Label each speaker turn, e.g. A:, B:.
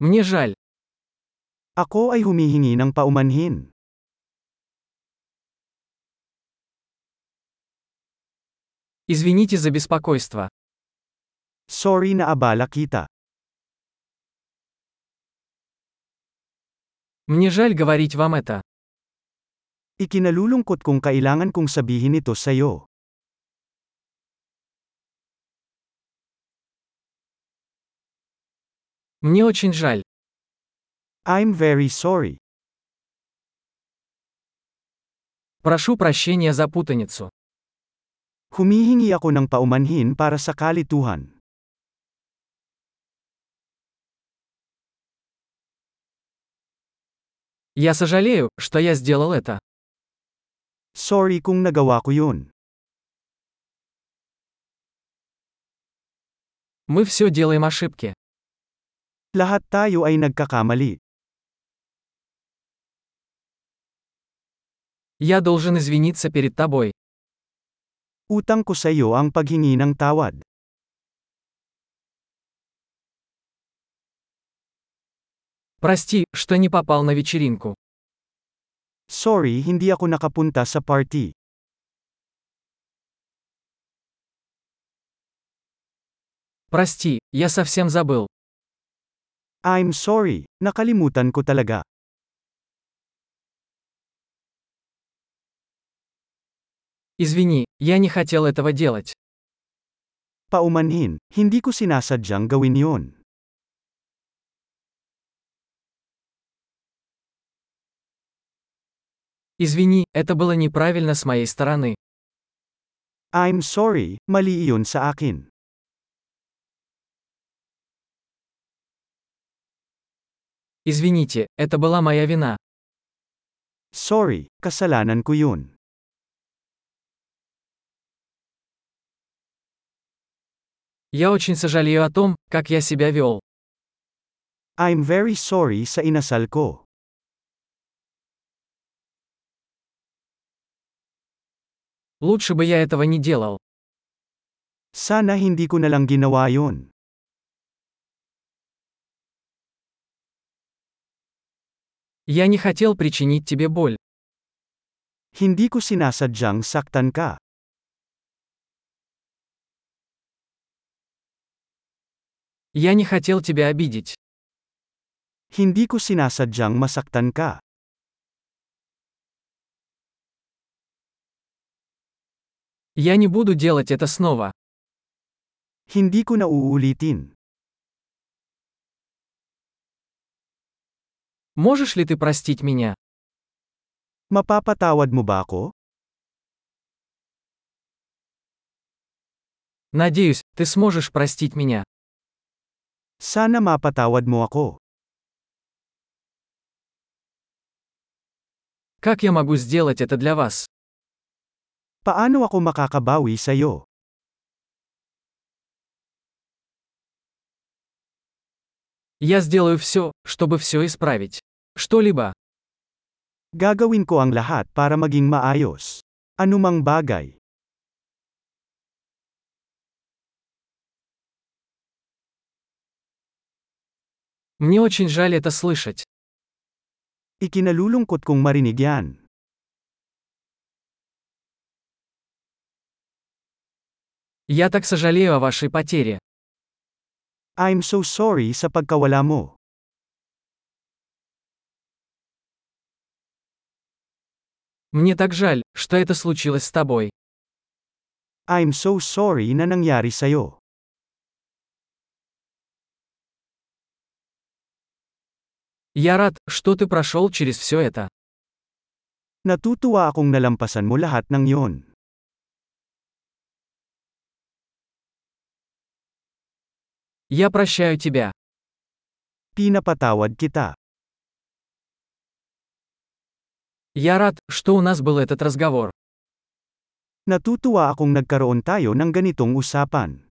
A: Мне жаль.
B: Ako ay humihingi ng paumanhin.
A: Извините за беспокойство.
B: Sorry na abala kita.
A: Мне жаль говорить вам это.
B: Ikinalulungkot kung kailangan kong sabihin ito sa'yo.
A: Мне очень жаль.
B: I'm very sorry.
A: Прошу прощения за путаницу.
B: Humihingi ako ng paumanhin para sa kalituhan.
A: Я сожалею, что я сделал это.
B: Sorry kung nagawa ko yun.
A: Мы все делаем ошибки.
B: Lahat tayo ay nagkakamali.
A: Я должен извиниться перед тобой.
B: Utang ko sa iyo ang paghingi ng tawad.
A: Прости, что не попал на вечеринку.
B: Sorry hindi ako nakapunta sa party.
A: Прости, я совсем забыл.
B: I'm sorry, nakalimutan ko talaga.
A: Извини, я не хотел этого делать.
B: Paumanhin, hindi ko sinasadyang gawin yon.
A: Извини, это было неправильно с моей стороны.
B: I'm sorry, mali iyon sa akin.
A: Извините, это была моя вина.
B: Sorry, kasalanan ko yun.
A: Я очень сожалею о том, как я себя вел.
B: I'm very sorry sa inasal ko.
A: Лучше бы я этого не делал.
B: Sana hindi ko nalang ginawa yon.
A: Я не хотел причинить тебе боль.
B: Hindi ko sinasadyang saktan ka.
A: Я не хотел тебя обидеть.
B: Hindi ko sinasadyang masaktan ka.
A: Я не буду делать это снова.
B: Hindi ko na uulitin.
A: Можешь ли ты простить меня?
B: Mapapatawad mo ba ako?
A: Надеюсь, ты сможешь простить меня.
B: Sana mapatawad mo ako.
A: Как я могу сделать это для вас?
B: Paano ako makakabawi sa iyo?
A: Я сделаю все, чтобы все исправить. Что-либо.
B: Gagawin ko ang lahat para maging maayos. Anumang bagay.
A: Мне очень жаль это слышать.
B: Ikinalulungkot kong marinig yan.
A: Я так сожалею о вашей потере.
B: I'm so sorry sa pagkawala mo.
A: Мне так жаль, что это случилось с тобой.
B: I'm so sorry na nangyari sa'yo.
A: Я рад, что ты прошел через все это.
B: Natutuwa akong nalampasan mo lahat ng yon.
A: Я прощаю тебя.
B: Pinapatawad kita.
A: Я рад, что у нас был этот разговор.
B: Natutuwa akong nagkaroon tayo ng ganitong usapan.